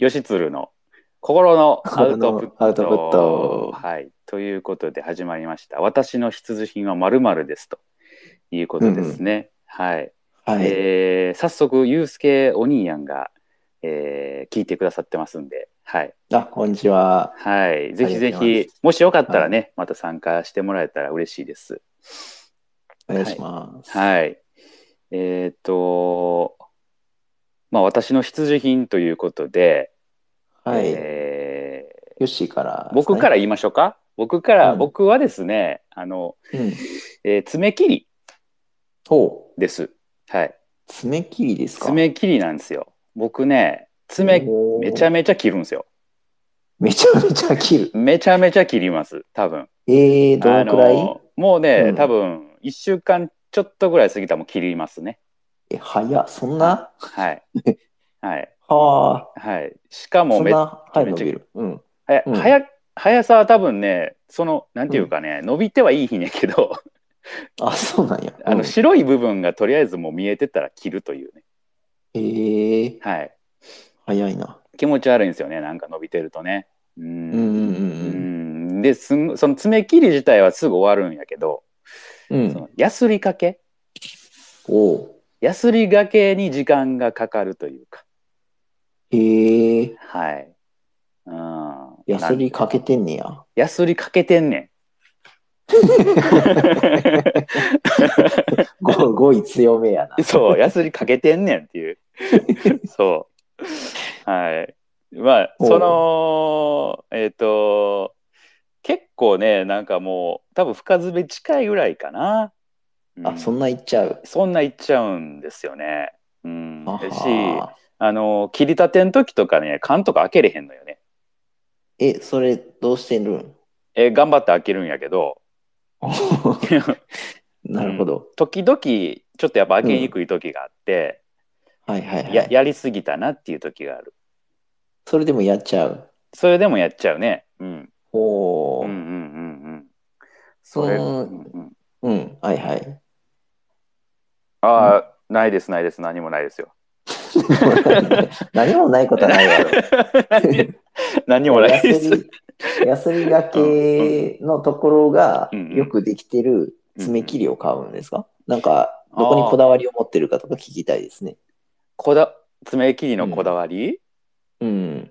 吉鶴の心のアウトプット。アウトプットはい。ということで始まりました。私の必需品は〇〇ですということですね。はい。はい。えー早速、ゆうすけお兄やんが、えー聞いてくださってますんで、はい。あ、こんにちは。はい。ぜひぜありがとうございひ、もしよかったらね、また参加してもらえたら嬉しいです。お願いします。はい。えっ、と、まあ、私の必需品ということで、はい。えーヨッシーから、僕からら。言いましょうか。僕から、うん僕はですね、あの、うん。えー爪切りほう。です。はい。爪切りですか爪切りなんですよ。僕ね、爪めちゃめめちゃ。ちゃ切るんですよ。めちゃめちゃ切る。めちゃめちゃ切ります、多分。えー、どのくらあいのもうね、うん多分1週間ちょっとぐらい過ぎたらもう切りますね。え、早っ。そんな はい。はい。はあ。はい。しかもそんめ、はな、はい、めっ伸ちゃびる。うん。やうん早速さは多分ね、その、なんていうかね、伸びてはいい日ねんけど、あ、そうなんや。あうのん白い部分がとりあえずもう見えてたら切るというね。えー、はい。早いな。気持ち悪いんですよね、なんか伸びてるとね。う。うんうんんううんん、ですんその爪切り自体はすぐ終わるんやけど、うん。うそん。のヤスリかけおう。ヤスリがけに時間がかかるというか。えー、はい。うん。ヤスなリんかけてんねや。ヤスリかけてんね ん。ご、語彙強めやな。そう、ヤスリかけてんねんって いう。そう。はい。まあ、おうその、えっ、と、結構ね、なんかもう、多分深爪近いぐらいかな。うあ、そんないっちゃう。そんないっちゃうんですよね。うん。あだし、はあの、切りたての時とかね、缶とか開けれへんのよね。え、それ、どうしてる んえ、頑張って開けるんやけど、 なるほど。時々、ちょっとやっぱ開けにくい時があって、はいはいはやい。やりすぎたなっていう時がある。それでもやっちゃう。それでもやっちゃうね。うん。おうんうんうー。んうん。それのうんうんうん、はいはい。 ああ、ないですないです。何もない ですよ。何もないことはないやろ。何何もないです。ヤスリがけのところがうんうんよくできてる爪切りを買うんですかなんか、どこにこだわりを持ってるかとか聞きたいですね。こだ爪切りのこだわり、いうん。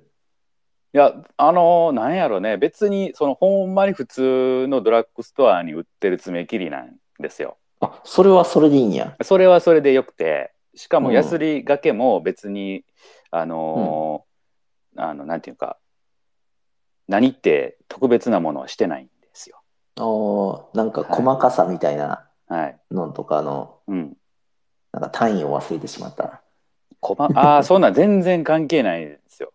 やあのーなんやろね別にそのほんまに普通のドラッグストアに売ってる爪切りなんですよ。あ、それはそれでいいんや。それはそれでよくてしかうもんヤスリがけも別に、あのーあのなんていうか何って特別なものはしてないんですよ。おーなんか細かさみたいなはい。のとかの、うん。なんか単位を忘れてしまった。こま、 ああ、そんなん全然関係ないんですよ。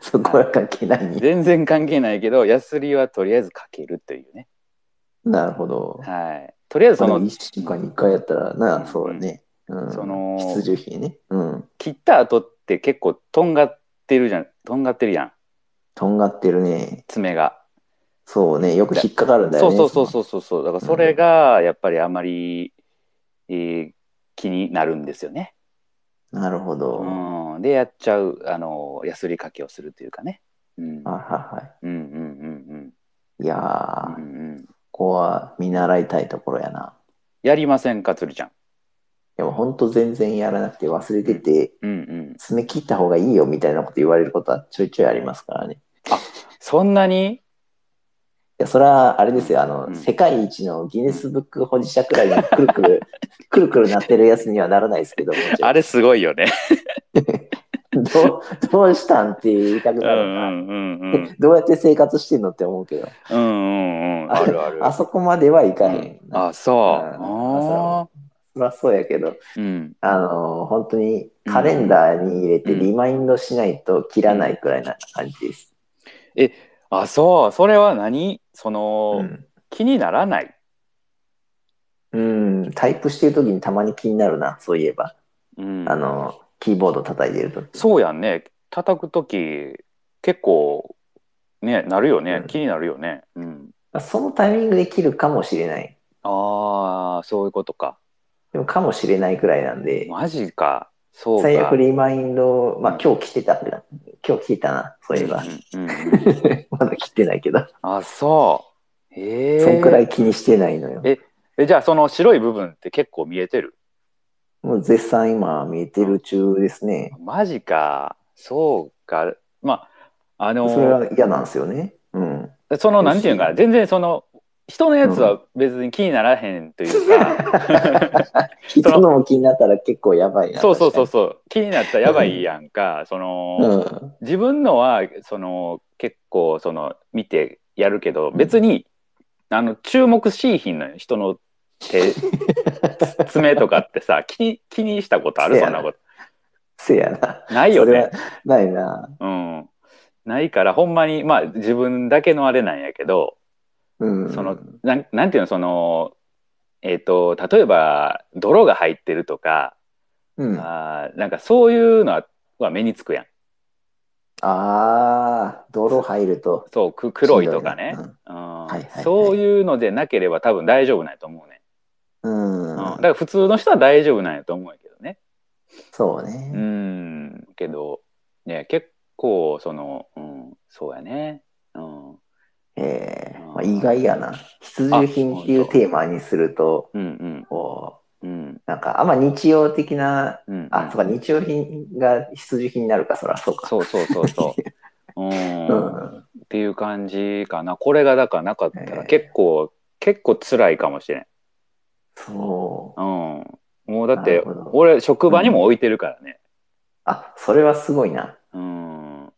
そこは関係ないに。全然関係ないけど、ヤスリはとりあえずかけるというね。なるほど。はい。とりあえずそそのの、 1週間に1回やったら、なうんあ、そうだね。うん、その必需品ね。うん。切った後って結構とんがってるじゃん。とんがってるやん。とんがってるね。爪が。そうね。よく引っかかるんだそようね。そうそうそうそうそう。だからそれが、やっぱりあんまり、えー気になるんですよね。う。なるほど。はうん。で、やっちゃう、あの、ヤスリかけをするというかね。うん。いはいはうんうんうんい。いやうん。うー、んうん、ここは見習いたいところやな。やりませんか、つるちゃん。でも本当全然やらなくて忘れてて、うんうん。爪切った方がいいよみたいなこと言われることはちょいちょいありますからね。いそんなにや、それはあれですよ。あの、うん世界一のギネスブック保持者くらいにくるくる、 くるくるなってるやつにはならないですけども。ちろんあれすごいよね。どうどうしたんって言いたくうなるな、んうんうんうん。どうやって生活してんのって思うけど、うんうんうん。あるある。あそこまではいかうへんん。あ、そう。うあんそりゃそうやけど、ーうん。あのー本当にカレンダーに入れてうんリマインドしないと切らないくらいな感じです。あ、そう。それは何その、うん気にならない。うん、タイプしてる時にたまに気になるな、そういえば。うんあのーキーボード叩いてるとそうやんね。叩くとき、結構、ね、なるよねう。ん気になるよね。うん。そのタイミングで切るかもしれない。ああ、そういうことか。でもかもしれないくらいなんで、マジか。そうか。最悪リマインド、まあ今日来てたってな、今日聞いたな、そういえ ば。うんうんうんまだ来てないけど、あ、そう。ええそんくらい気にしてないのよ。ええ、じゃあその白い部分って結構見えてるもう絶賛今見えてる中ですね。マジか。そうか。まあ、あのそれは嫌なんですよね。うん。その、なんていうんかな、全然その、人のやつは別に気にならへんというか、 人のも気になったら結構やばいな。そうそうそうそう、気になったらやばいやんか、その、確かに。自分のは、その、結構、その、見てやるけど、別に、あの、注目しいひんのよ、人の 手、爪とかってさ、気に、気にしたことあるせそやんななこせやな。と。ないよそれはね。ないな。うん。ないから、ほんまに、まあ、自分だけのあれなんやけど、うん。そのなんなんていうのそのえっ、と例えば泥が入ってるとか、うん。ああーなんかそういうのはは目につくやんあー、泥入ると。そうく黒いとかねしんどいなうんはいはいはいそういうのでなければ多分大丈夫なんやと思うね、うん。うん、だから普通の人は大丈夫なんやと思うんやけどねそううね。んけどね結構その、うん、そうやね、うん、うんええうんまあ、意外やな。必需品っていあう本当テーマにすると、うんこうんう、なんか、あんま日用的な、うんあ、そうか、日用品が必需品になるか、そら、そうか。そうそうそう そう、うんうん。っていう感じかな。これがだからなかったえらえ結構、結構辛いかもしれん。そう。うん。もうだっなてるほど、俺、職場にも置いてるからね。あ、それはすごいな。うん。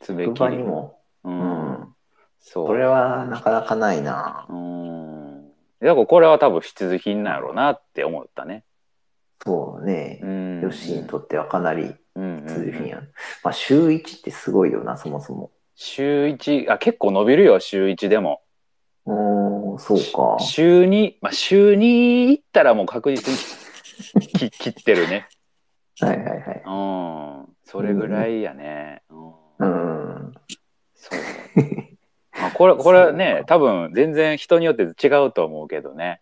つべ職き場にり。も。う。うんん。そ。そうれはなかなかないな。うん。だからこれは多分必需品なんやろうなって思ったね。そうねう。ん。ヨッシーにとってはかなりうん必需品うんやな。まあ、週1ってすごいよな、そもそも。週1、あ、結構伸びるよ、週1でも。おー、そうか。週2、まあ週2行ったらもう確実 にき切ってるね。はいはいはい。うん。それぐらいやね。うんうん。 そう。まあ、これ、これそねう、多分全然人によって違うと思うけどね。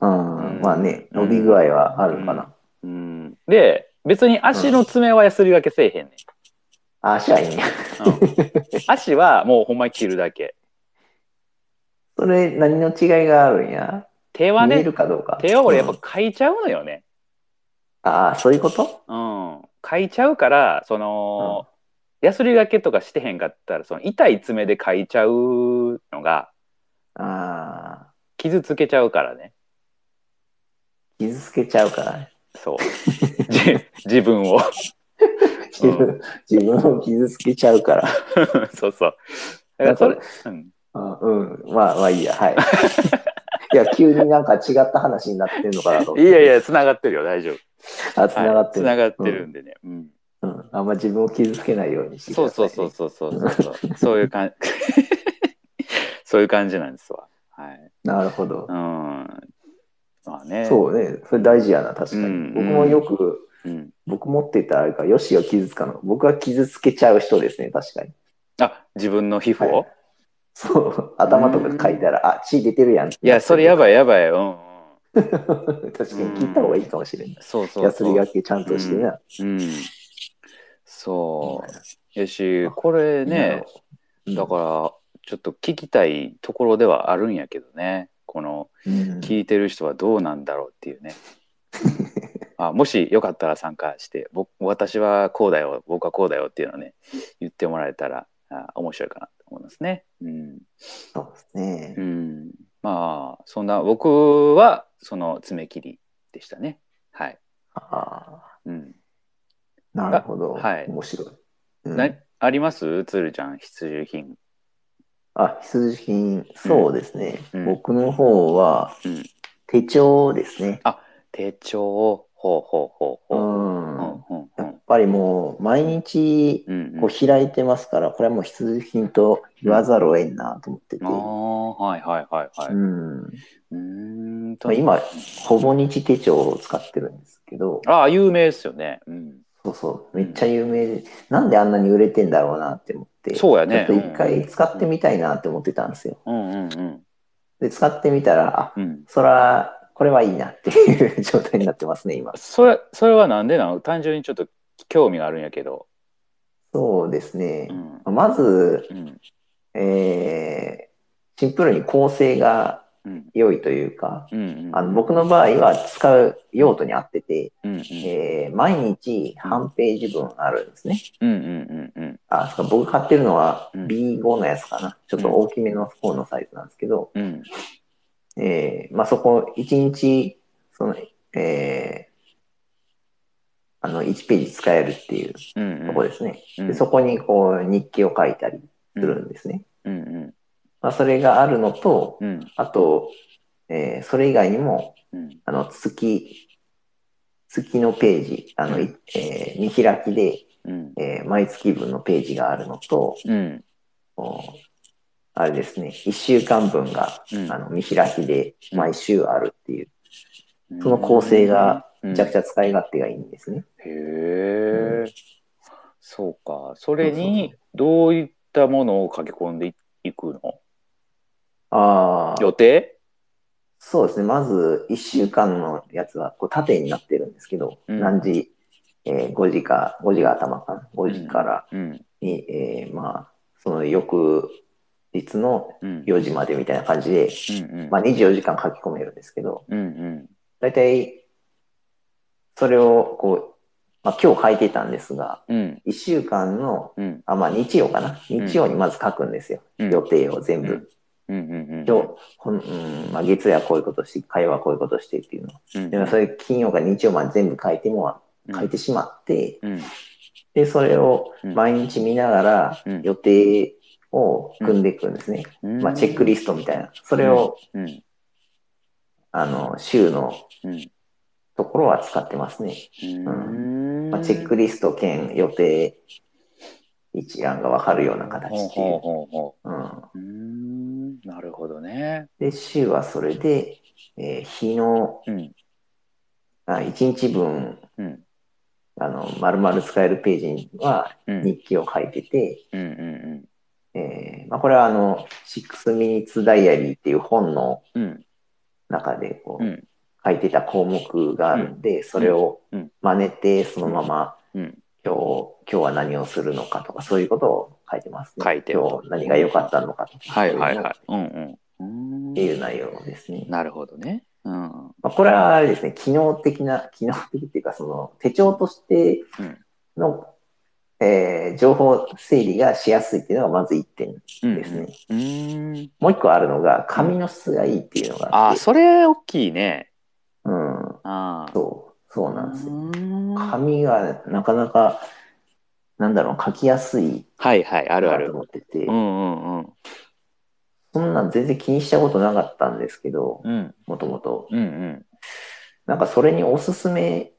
うんうんまあね、伸び具合はあるかな。うん。で、別に足の爪はやすりがけせえへんねあ、足はいいね。ん。うん、足はもうほんまに切るだけ。それ、何の違いがあるんや。手は見えねる、かどうか。手は俺やっうんぱかいちゃうのよね。ああ、そういうことうん。かいちゃうから、その、やすりがけとかしてへんかったら、その痛い爪でかいちゃうのがああ、傷つけちゃうからね。傷つけちゃうから。 そう。じ自分を。 自分、自分を傷つけちゃうから。そうそう。だからそれ、うん。あうん、まあまあいい や、はい。いや、急になんか違った話になってんのかなと思っいて。やいや、繋がってるよ、大丈夫。あ、つながってる。はい繋がってるんでね。うん。うん。あんま自分を傷つけないようにしてくそうださそいうね。そうそうそうそう。 そういう感じ。そういう感じなんですわ。はい。なるほどう。ん。まあね。そうね。それ大事やな、確かに。うん僕もよく、う。ん。僕持って言ったらあれか、よしよ傷つかの。僕は傷つけちゃう人ですね、確かに。あ、自分の皮膚を、はいそう。頭とか書いたら、あ、血出てるやん。い、や、それやい。ばいやばい。うんうん。 確かに聞いた方がいいかもしれない。そうそうそう。やすりがけちゃんとしてな。うん。そう。よし、これね、うんだから、ちょっと聞きたいところではあるんやけどね。この、うん聞いてる人はどうなんだろうっていう ねあもしよかったら参加して僕私はこうだよ僕はこうだよっていうのをね言ってもらえたらあ面白いかなと思いますね。うんそうですねう。ん、まあそんな僕はその爪切りでしたね。はい。ああ、うんなるほど。あはい面白い。うんなありますつるちゃん必需品。あ、必需品、そうですね。うん僕の方はうん、手帳ですね。手帳ほうほうほうほうう。ん。うやんうんうんっぱりもう、毎日、うんうこん。う開いてますから、これはもう必需品と言わざるを得んなと思ってて。ああはいはいはいはうい。ん。うーんまとあ、今、ほぼ日手帳を使ってるんですけど、ああ有名ですよね。うんそうそう、めっちゃ有名で、なんであんなに売れてんだろうなって思って、そうやねちょっと一回使ってみたいなって思ってたんですよ。うんうんうんで、使ってみたら、あ、うんそら、ここれはいいなっていう状態になってますね、今。それそれはなんでなの単純にちょっと興味があるんやけど。そうですねう。ん。まず、うん。えーシンプルに構成がうん。良いというか、うん。うん。あの僕の場合は使う用途に合ってて、うん。えー毎日半ページ分あるんですね。うん。うん。うん。あ、そうか僕買ってるのはうん B5 のやつかな。ちょっと大きめの方のサイズなんですけど、うん。うん。えーまあそこ1日、その、えーあの1ページ使えるっていううん。とこですね。うんでそこにこう日記を書いたりうするん。んですね。うん。うん。まあそれがあるのと、うん。あと、えーそれ以外にも、うん。あの月、月のページ、あの、いえー見開きで、うん。えー毎月分のページがあるのと、うん。こうあれですね、1週間分が、うんあの見開きでうん毎週あるっていう、その構成がめめちゃくちゃ使い勝手がいいんですね。へえ、そうか。それに、どういったものを書き込んでいくのああ、予定そうですね、まず1週間のやつはこう縦になってるんですけど、うん何時、えー5時か、5時が頭かな、5時からうん。に、えーまあ、その翌日のうん。 4時までみたいな感じで、うんうん。まあ、24時間書き込めるんですけど、うんうん。大体、それをこう、まあ、今日書いてたんですが、うん。 1週間の、うん。あ、まあ日曜かな。日曜にまず書くんですよ。うん予定を全部。うんうんうん。今日、こんうんまあ、月曜はこういうことして、火曜はこういうことしてっていうの。うんでもそれ金曜か日曜まで全部書いても、書いてしまって、うん。で、それをうん毎日見ながらうん予定を組んでいくんですね。うん。まあチェックリストみたいな。それを、うん。あの、週のうん。ところは使ってますね。うん。まあ、チェックリスト兼予定一覧がわかるような形っていほうう。ほうほうん、う。うん。なるほどね。で、週はそれで、えー日のうん。あ1日分、うん。あの、丸々使えるページにはうん。日記を書いてて、うんうんえーまあ、これはあの、6 Minutes Diary っていう本のうん。うん。中でこう、うん書いてた項目があるんで、それをうん真似て、そのままうん。今日、今日は何をするのかとか、そういうことを書いてますね。書いてる今日何が良かったのかとか。はいはいはい。うんうん。っていう内容ですね。なるほどね。うん。まあ、これはあれですね、機能的な、機能的っていうか、その手帳としての、えー情報整理がしやすいっていうのがまず1点ですね。うん。もう1個あるのが、紙の質がいいっていうのがああっあ、て、それ大きいね。うん、ああ。そう、そうなんですよ。うは紙がなかなか、なんだろう、書きやすいいはい、あるあなとる。思ってて、うんうんうん。そんなん全然気にしたことなかったんですけど、うんもともと。うんうん。なんかそれにおすすめ、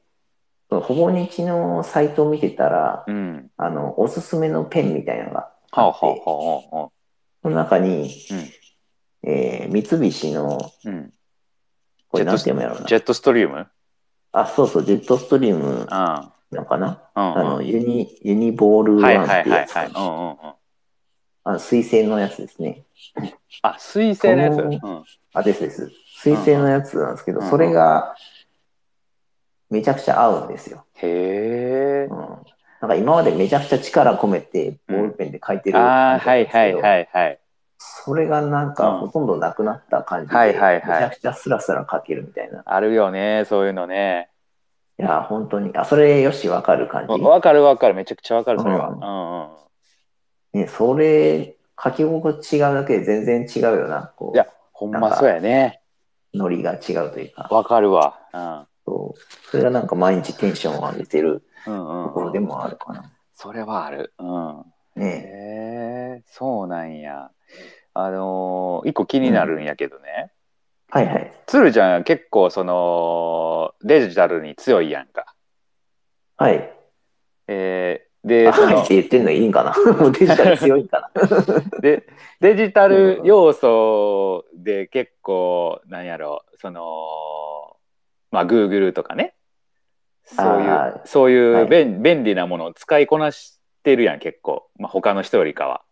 そのほぼ日のサイトを見てたら、うん。あの、おすすめのペンみたいなのがはああっはて、あはあはその中に、えー三菱の、あ。うん。これなんて読むやろうなジ。ェットストリームあ、そうそう、ジェットストリームあなのかなあ。うんあうん。の、ユニ、ユニボールはいワンはっいてはいやつはい。うかんな。うんうん。あの、水星のやつですね。あ、水星のやつ。うん。あ、ですです。水星のやつなんですけど、うんそれが、めちゃくちゃ合うんですよ。へえう。ん。なんか今までめちゃくちゃ力込めて、ボールペンで書いてる。ああ、はいはいはいはい。それがなんかうほんとんどなくなった感じで、はいはいはいめちゃくちゃスラスラ書けるみたいな。いあるよね、そういうのね。や、本当に。あ、それよし、わかる感わじ。わかるわかる、めちゃくちゃわかる、それは。ううんんうん。ね、それ、書き心地違うだけで全然違うよな。こいやほんまそうやね。う、ノリが違うというか。わかるわ。そうそれがなんか毎日テンションを上げてるうん。うんとこうんろでもあるかな。それはある。うん。ねへえ、そうなんや。あのー一個気になるんやけどね。はいはい。つるちゃん結構そのデジタルに強いやんか。はい。えーで、そ はいっのて言ってんのいいんか なもうデジタル強いんかなでデジタル要素で結構なんやろそのまあ Google とかねそういうあそういはうい便,、便利なものを使いこなしてるやん結構、まあ、他の人よりかは。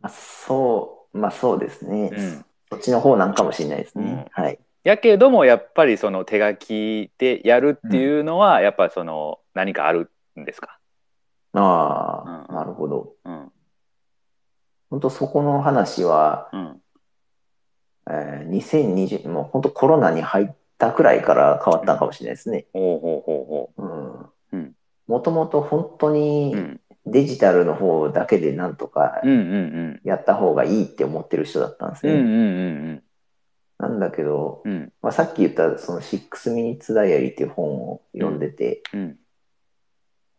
まあそう、まあそうですね。うんそっちの方なんかもしれないですね。うんはい。やけどもやっぱりその手書きでやるっていうのはやっぱその何かあるんですか、ああ、うんなるほど。うん本当そこの話は、うん、えー2020、もう本当コロナに入ったくらいから変わったのかもしれないですね。ほうほうほううんん。もともと本当うほう、うにん、デジタルの方だけでなんとかうんうんやった方がいいって思ってる人だったんですうんうんね。うんなんだけど、うんうんまあ、さっき言ったその6ミニッツダイアリーっていう本を読んでて、うん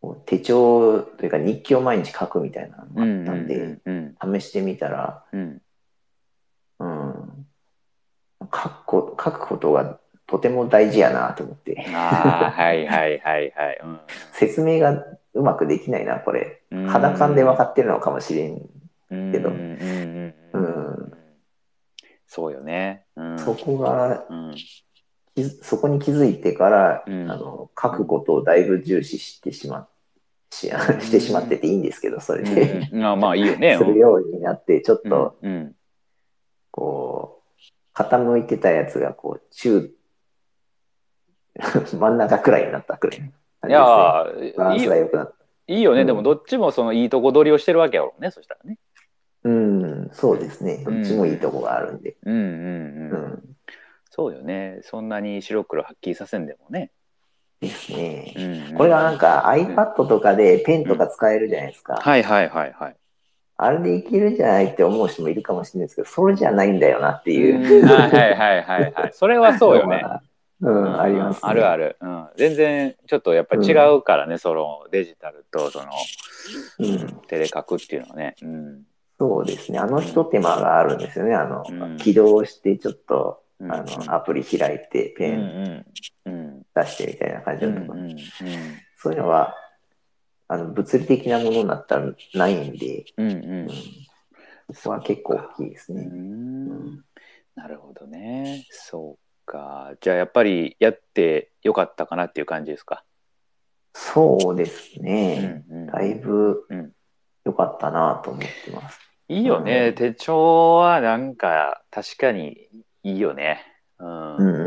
こう手帳というか日記を毎日書くみたいなのうがあっんたんで、うん試してみたら、うんうん、書くこ書くことがとても大事やなと思って、ああはいはいはいはい、説明がうまくできないな、これ。うん、肌感で分かってるのかもしれん。るけどうんうんううんうんん、そうよね、うん、そこが、うん気づそこに気づいてから、うんあの書くことをだいぶ重視してしまししてしまってていいんですけど、それで。うん、あまあいいよね。 するようになって、ちょっと、うんうんこう、傾いてたやつが、こう、中、 真ん中くらいになったくらいのいや感じですね。バーランいいスがよ良くなった。いいよね、うんでもどっちもそのいいとこ取りをしてるわけやろうねそしたらね。うん、そうですね。うどんっちもいいとこがあるんで。うんうんううん、ん。そうよねそんなに白黒はっきりさせんでもね。ですね。うんうんこれがなんか iPad とかでペンとか使えるじゃないですか。はいはいはいはい。あれでいけるんじゃないって思う人もいるかもしれないですけど、それじゃないんだよなっていう。うんはいはいはいはいはい。それはそうよ ね。うう、んあります、ね。あるある。る、うん。全然ちょっとやっぱ違うからね、そのデジタルとそのうん。手で書くっていうのはね。うんそうですね。あの一手間があるんですよね。あの、うん起動して、ちょっと、うんあの、アプリ開いて、うペンんうんうん出してみたいな感じうだんと思ううんそういうのは、あの、物理的なものになったらないんで、うんううんん。そこは結構大きいですうね。んなるほどね。そうか。じゃあやっぱりやってよかったかなっていう感じですか。そうですうね。んうんだいぶうん良かったなと思ってます。いいようね。ん手帳はなんか確かにいいよね。うん。うんうんう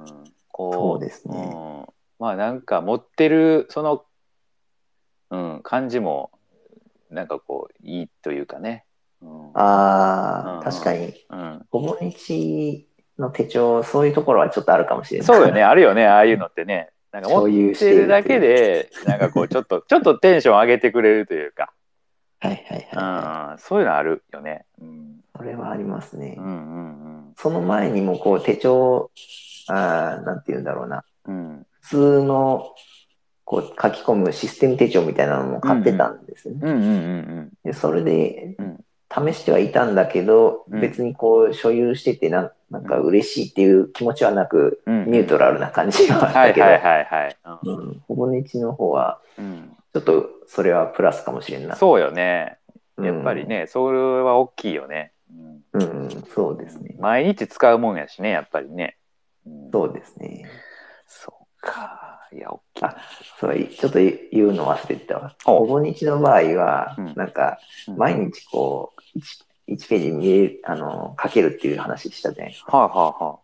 うんこそうですねうんまあなんか持ってるその、うん、感じもなんかこういいというかね。うんうんああ、確かに、うん、ほぼ日の手帳、そういうところはちょっとあるかもしれない。そう よね。。あるよねああいうのってね。なんか持っ所有ししててるだといけう。でなんかこうちょっ とちょっとテンション上げてくれるというか、はいはいはうん、そういうのあるよね。うん、い。それはありますね。うんうんその前にもこう手帳、あーなんて言うんだろうな、うんうん普通のこう書き込むシステム手帳みたいなのも買ってたんですよね。うんうんうんでそれでうん試してはいたんだけど、うん別にこう所有しててなんなんか嬉しいっていう気持ちはなく、うんうんニュートラルな感じがあっはたいけど、はいはいはい、うんうん、ほぼ日の方はうんちょっとそれはプラスかもしれんな。そうよねうんやっぱり。ね、それは大きいよね、うんうん、そうですね。毎日使うもんやしねやっぱりね、うんそうですね。そうかいや大きいあそういちょっと言うの忘れてたわ。ほうほぼ日の場合はうん、なんか、うん毎日こう、1, ページ見える、あの、書けるっていう話したじゃないですか。はあはあは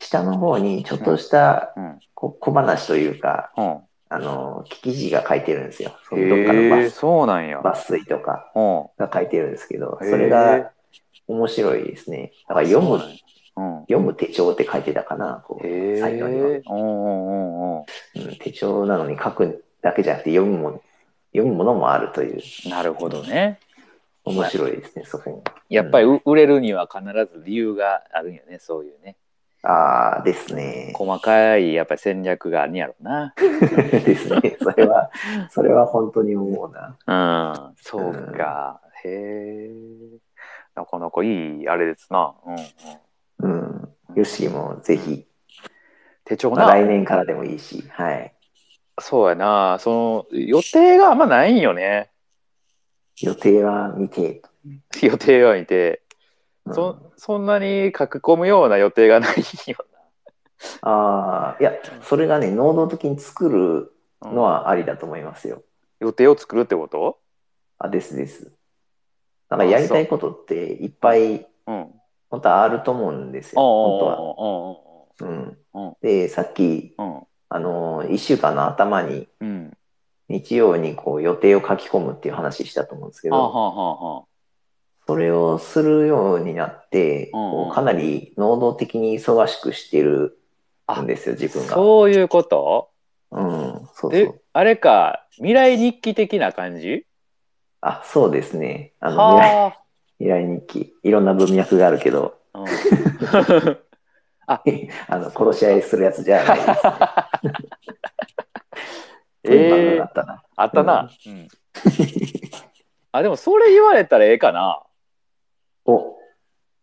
下の方にちょっとしたあうんこう小話というか、うんあの、聞き字が書いてるんですよ。そのどっかのへえ抜そうなんや抜粋とかうんが書いてるんですけど、へーそれが面白いですね。だから読む、うん読む手帳って書いてたかな、こう、へえサイトには、うんうんうんうんうん手帳なのに書くだけじゃなくて読むもの、読むものもあるという、なるほどね。面白いですね、そこに。やっぱりう売れるには必ず理由があるんよね、そういうね。ああ、ですね。細かいやっぱり戦略があるんやろうな。 ですね。それは、それは本当に思うな。うん、そうか。へえ。なかなかいいあれですな。うんうん、うん。ヨッシーもぜひ、手帳まあな。来年からでもいいし、はい。そうやな。その予定があんまないんよね。予定は見て。予定がいて、うんそそんなに書き込むような予定がないよああ、いや、それがね、能動的に作るな。のはありだと思いますよ。予定を作るってことあ、ですです。なんかやりたいことっていっぱいうん。本当はあると思うんですよ、本お当は。うんうんで、さっき、ーおあのー、1週間の頭にーうんうん日曜にこう予定を書き込むっていう話したと思うんですけはあはど、あはあはそれをするようになって、うんうんこうかなり能動的に忙しくしてるんですよ、自分あが。そういうことうん、そうそでう。あれか未来日記的な感じあ、そうですね。あの、未来は未来日記。いろんな文脈があるけど、 あ、うん、あの、殺し合いするやつじゃないです。そういう漫 え画えがあったな。 あったな、うんあでもそれ言われたらええかなお、う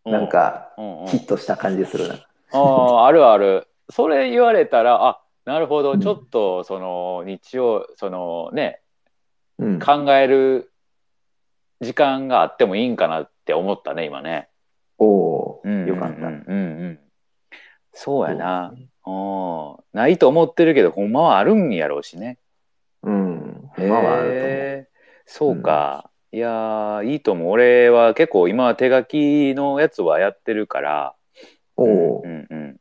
なんか、うんうんヒットした感じするな。あああるあるそれ言われたらあなるほどちょっとその日曜そのねうん。考える時間があってもいいんかなって思ったね今ね、おおー、よよかかっったた、。そうやなそうですね。おーないと思ってるけどほんまはあるんやろうしねうん。今はあると思う。へーそうか、いやーいいと思う俺は結構今は手書きのやつはやってるからおうおー。んうん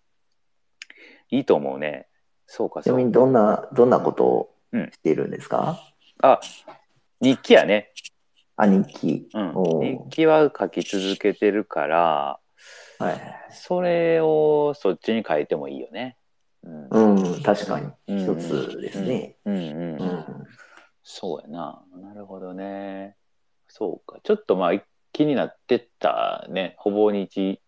いいと思うねそうかちなそみうにどんな、どんなことをうんしているんですか、あ日記やね、あ、日記。うんおー日記は書き続けてるからはい。それをそっちに書いてもいいよね。うんうん、確かに。うん一つですね。うんううんん。そうやな。なるほどね。そうか。ちょっとまあ気になってったね。ほぼ日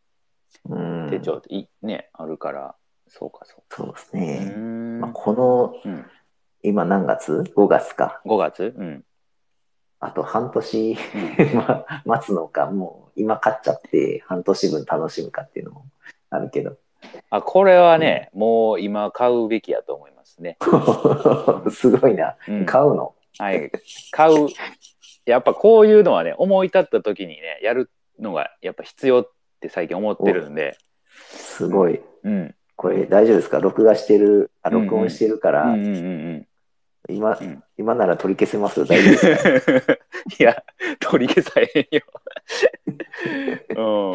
うん。手帳ってい、ねあるから。そうかそうそうですか。うね。んまあ、この、うん今何月 ?5 月か。 5月うん。あと半年、 まあ待つのか、もう今買っちゃって半年分楽しむかっていうのもあるけど。 あこれはね、もう今買うべきやと思いますね。すごいな。うん買うの。はい、買うやっぱこういうのはね思い立った時にねやるのがやっぱ必要って最近思ってるんで、すごい。うん、これ大丈夫ですか録画してる、あ、録音してるかうら、んうんうんうん今うん、今なら取り消せます大丈夫です。いや取り消されへんよ、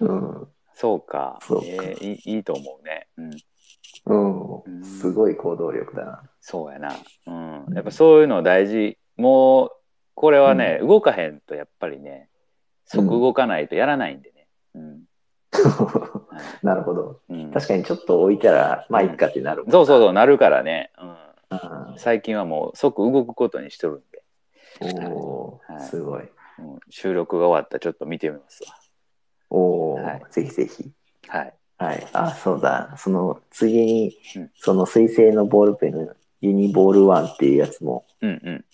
うん、うんそうかそうかえーいいいと思うね、うん、うん。すごい行動力だな。そうやな、うん、やっぱそういうの大事もうこれはね、動かへんとやっぱりね即動かないとやらないんでね、うんはいなるほど。うん、確かにちょっと置いたら、まあいいかってなるもんそうそうそう、なるからね。う、なん最近はもう即動くことにしとるんで、うんおーはいすごい。うん、収録が終わったらちょっと見てみますおお、はいぜひぜひ。わ。はい。はい。あ、そうだ。その、次にうん、その水星のボールペンのユニボールワンっていうやつもうんうん。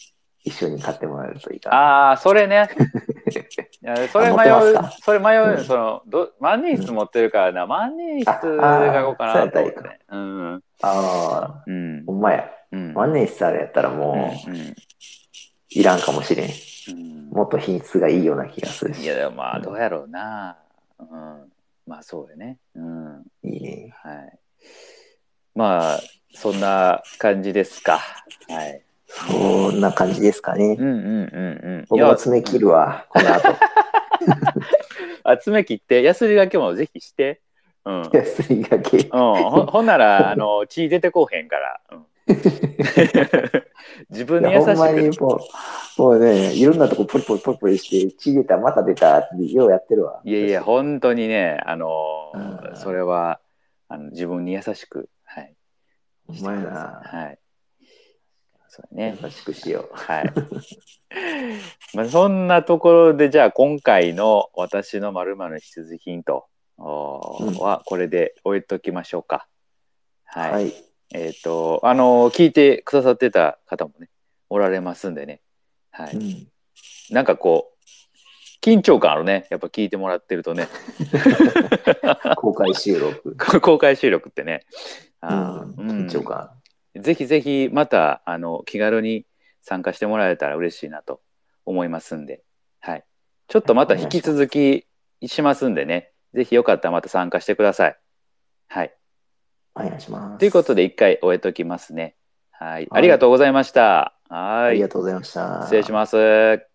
一緒に買ってもらえるといいかな。ああ、それ ね。いやそれ迷あ持うってますか、それ迷うね、うんそのど、万人筆持ってるからな、万人筆あがこうかなと思って。うん。ああうんー、ほ。んまや。うん。万年筆あれやったらうもんうんう、いらんかもしれん。うんもっと品質がいいような気がするいし。や、でもまあ、どうやろうな。うん。まあ、そうよね。うん。いいね。はい。まあ、そんな感じですか。はい。そんな感じですかねう。んうんうんうん。僕も爪切るわ、この後。いや。あ、爪切って、ヤスリがけもぜひして。うん。うん。安いがけ。ほほんなら、あの、血出てこうへんから。うん 自分いにや優ほんまにしもう、もうね、いろんなとこポリポリポリポリして、ちげた、また出たって、ようやってるわ。く。いやいや、本当にね、あのう、んそれは、あの自分に優しく。はい。ほんまやな。はい。そうやね。優しくしよはい。 まあそんなところでじゃあ今回の私のまるまる必需品とおーうんはこれで終えときましょうか。う。はい。はい。えっ、とあのー聞いてくださってた方もねおられますんでね。はい。うんなんかこう緊張感あるね。やっぱ聞いてもらってるとね 公開収録。公開収録ってね。うあんーうん緊張感。ぜひぜひまたあの気軽に参加してもらえたら嬉しいなと思いますんで、はい、ちょっとまた引き続きしますんでね、ぜひよかったらまた参加してください。はい、お願いします。ということで一回終えときますね。はい、ありがとうございました。あはりい、がとうございました。失礼します。